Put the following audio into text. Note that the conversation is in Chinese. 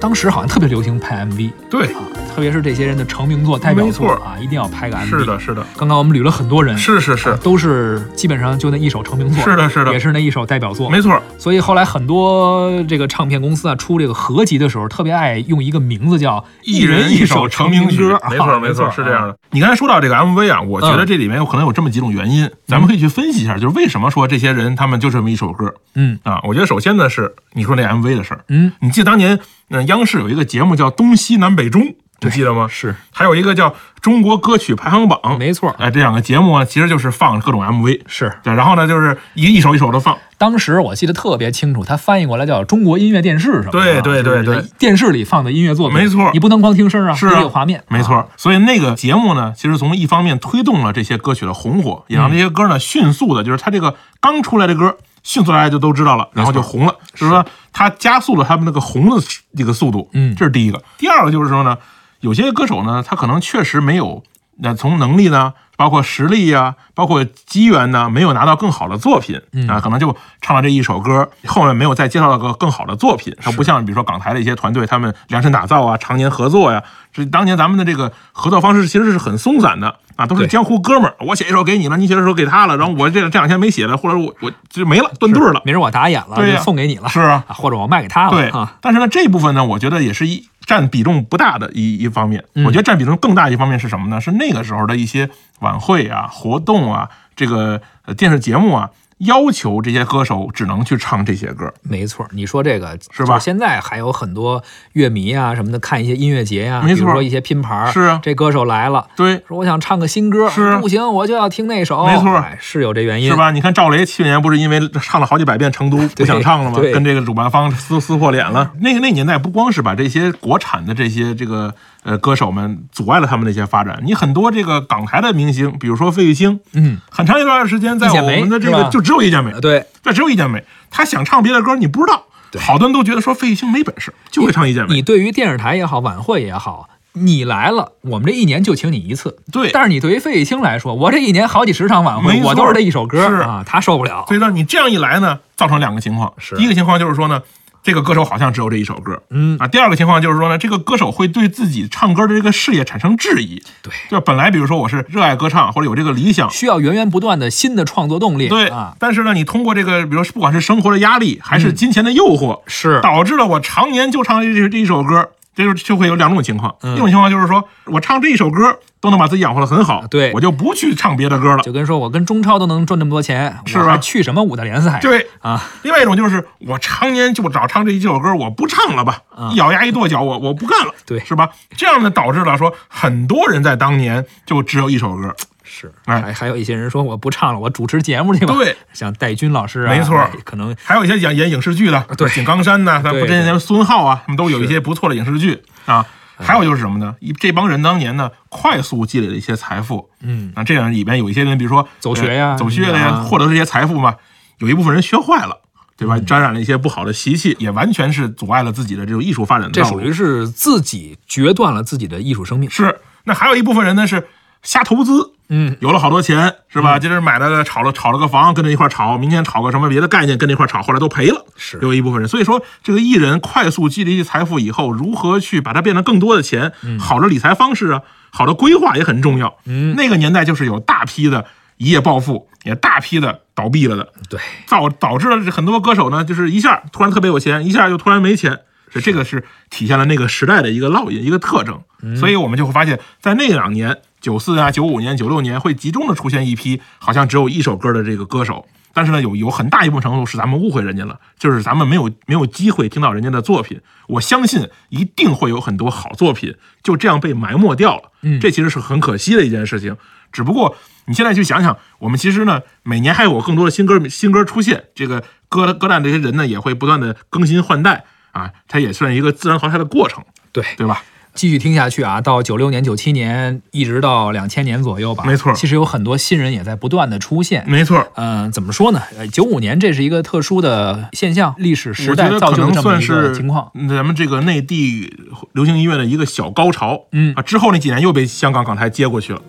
当时好像特别流行拍 MV 对，啊，特别是这些人的成名作、代表没作错啊，一定要拍个 MV。是的，，是的，刚刚我们捋了很多人，是是是啊，都是基本上就那一首成名作，是的，是的也，是那一首代表作。没错，所以后来很多这个唱片公司啊出这个合集的时候，特别爱用一个名字叫“一人人一一首首成成名名歌曲，”啊。没错没错，是这样。的。你刚才说到这个 MV 啊，我觉嗯得这里面有可能有这么几种原因，咱们可以去分析一下，就是为什么说这些人他们就这么一首歌嗯啊？我觉得首先呢是你说那 MV 的事儿，嗯，你记得当年嗯、呃央视有一个节目叫《东西南北中》，你记得吗？是，还有一个叫《中国歌曲排行榜》，没错，哎，这两个节目啊，其实就是放各种 MV，是。对，然后呢就是一一首一首的放，当时我记得特别清楚，它翻译过来叫“中国音乐电视”什么的啊。对对就是对对电视里放的音乐作品，没错你不能光听声啊，是得啊有画面。没啊，错。所以那个节目呢，其实从一方面推动了这些歌曲的红火，也嗯让这些歌呢迅速的，就是它这个刚出来的歌。迅速大家就都知道了，然后就红了，就是说它加速了他们那个红的这个速度，嗯这是第一个。第二个就是说呢，有些歌手呢，他可能确实没有，那从能力呢，包括实力呀、包括机缘呢，没有拿到更好的作品、啊，可能就唱了这一首歌，后面没有再介绍到个更好的作品。它不像比如说港台的一些团队，他们量身打造啊，常年合作呀、这当年咱们的这个合作方式其实是很松散的啊，都是对江湖哥们儿，我写一首给你了，你写一首给他了，然后我这这两天没写了，或者我我就没了，断对儿了。明儿我打眼了，对呀就送给你了，是啊，啊或者我卖给他了。对啊，，但是呢，这一部分呢，我觉得也是一占比重不大的一一方面。嗯我觉得占比重更大一方面是什么呢？是那个时候的一些晚会啊、活动啊、这个呃电视节目啊，要求这些歌手只能去唱这些歌。没错，你说这个是吧就现在还有很多乐迷啊什么的，看一些音乐节呀、没错比如说一些拼盘儿是啊这歌手来了，对，说我想唱个新歌，是啊不行，我就要听那首，没错哎是有这原因，是？吧？你看赵雷去年不是因为唱了好几百遍《成都》不想唱了 吗对？跟这个主办方撕撕破脸了。那个那年代不光是把这些国产的这些这个呃歌手们阻碍了他们的一些发展，你很多这个港台的明星，比如说费玉清，嗯，很长一段时间在一剪我梅们的这是个吧就只有一件美呃，对，这只有一件美，他想唱别的歌你不知道，好多人都觉得说费玉清没本事，就会唱一件美。你对于电视台也好，晚会也好，你来了，我们这一年就请你一次。对，但是你对于费玉清来说，我这一年好几十场晚会，没错我都是这一首歌是啊，他受不了。所以呢，你这样一来呢，造成两个情况，是第一个情况就是说呢。这个歌手好像只有这一首歌，嗯啊。第二个情况就是说呢，这个歌手会对自己唱歌的这个事业产生质疑。对，就本来比如说我是热爱歌唱或者有这个理想，需要源源不断的新的创作动力。对，啊，但是呢，你通过这个，比如说不管是生活的压力还是金钱的诱惑，嗯是导致了我常年就唱这这这一首歌，这就就会有两种情况。嗯一种情况就是说我唱这一首歌都能把自己养活得很好，啊对我就不去唱别的歌了。就跟说我跟中超都能赚这么多钱，是我还吧去什么五大联赛？对，啊，另外一种就是我常年就找唱这一首歌，我不唱了吧，嗯一咬牙一跺脚，我我不干了，对是吧？这样呢，导致了说很多人在当年就只有一首歌，是，哎还还有一些人说我不唱了，我主持节目去吧。对，像戴军老师啊，没错哎可能还有一些演演影视剧的，对井冈山呐、咱对不之前孙浩啊，他们都有一些不错的影视剧啊。哎还有就是什么呢？一这帮人当年呢，快速积累了一些财富，啊嗯，那这样里边有一些人，比如说走学呀呃走学的呀，嗯获得这些财富嘛，有一部分人学坏了，对吧？沾染了一些不好的习气，也完全是阻碍了自己的这种艺术发展的这道属路。于是自己决断了自己的艺术生命。是，那还有一部分人呢是瞎投资，嗯，有了好多钱是吧？今儿买了个炒了炒了个房，跟着一块儿炒；明天炒个什么别的概念，跟着一块儿炒，后来都赔了。是有一部分人，所以说这个艺人快速积累财富以后，如何去把它变成更多的钱？嗯好的理财方式啊，好的规划也很重要。嗯，那个年代就是有大批的一夜暴富，也大批的倒闭了的，对，造导致了很多歌手呢，就是一下突然特别有钱，一下又突然没钱。所以这个是体现了那个时代的一个烙印，一个特征。所以我们就会发现，在那两年，九四啊、九五年、九六年，会集中的出现一批好像只有一首歌的这个歌手。但是呢，有有很大一部分程度是咱们误会人家了，就是咱们没有没有机会听到人家的作品。我相信一定会有很多好作品就这样被埋没掉了。嗯，这其实是很可惜的一件事情。只不过你现在去想想，我们其实呢，每年还有更多的新歌新歌出现，这个歌歌坛这些人呢也会不断的更新换代啊，它也算一个自然淘汰的过程，对，对吧？继续听下去啊，到九六年、九七年，一直到两千年左右吧。没错其实有很多新人也在不断的出现。没错，嗯、怎么说呢？呃，九五年这是一个特殊的现象，历史时我代觉得造可就的能这么算一个是嗯情况。咱们这个内地流行音乐的一个小高潮。嗯啊，之后那几年又被香港港台接过去了。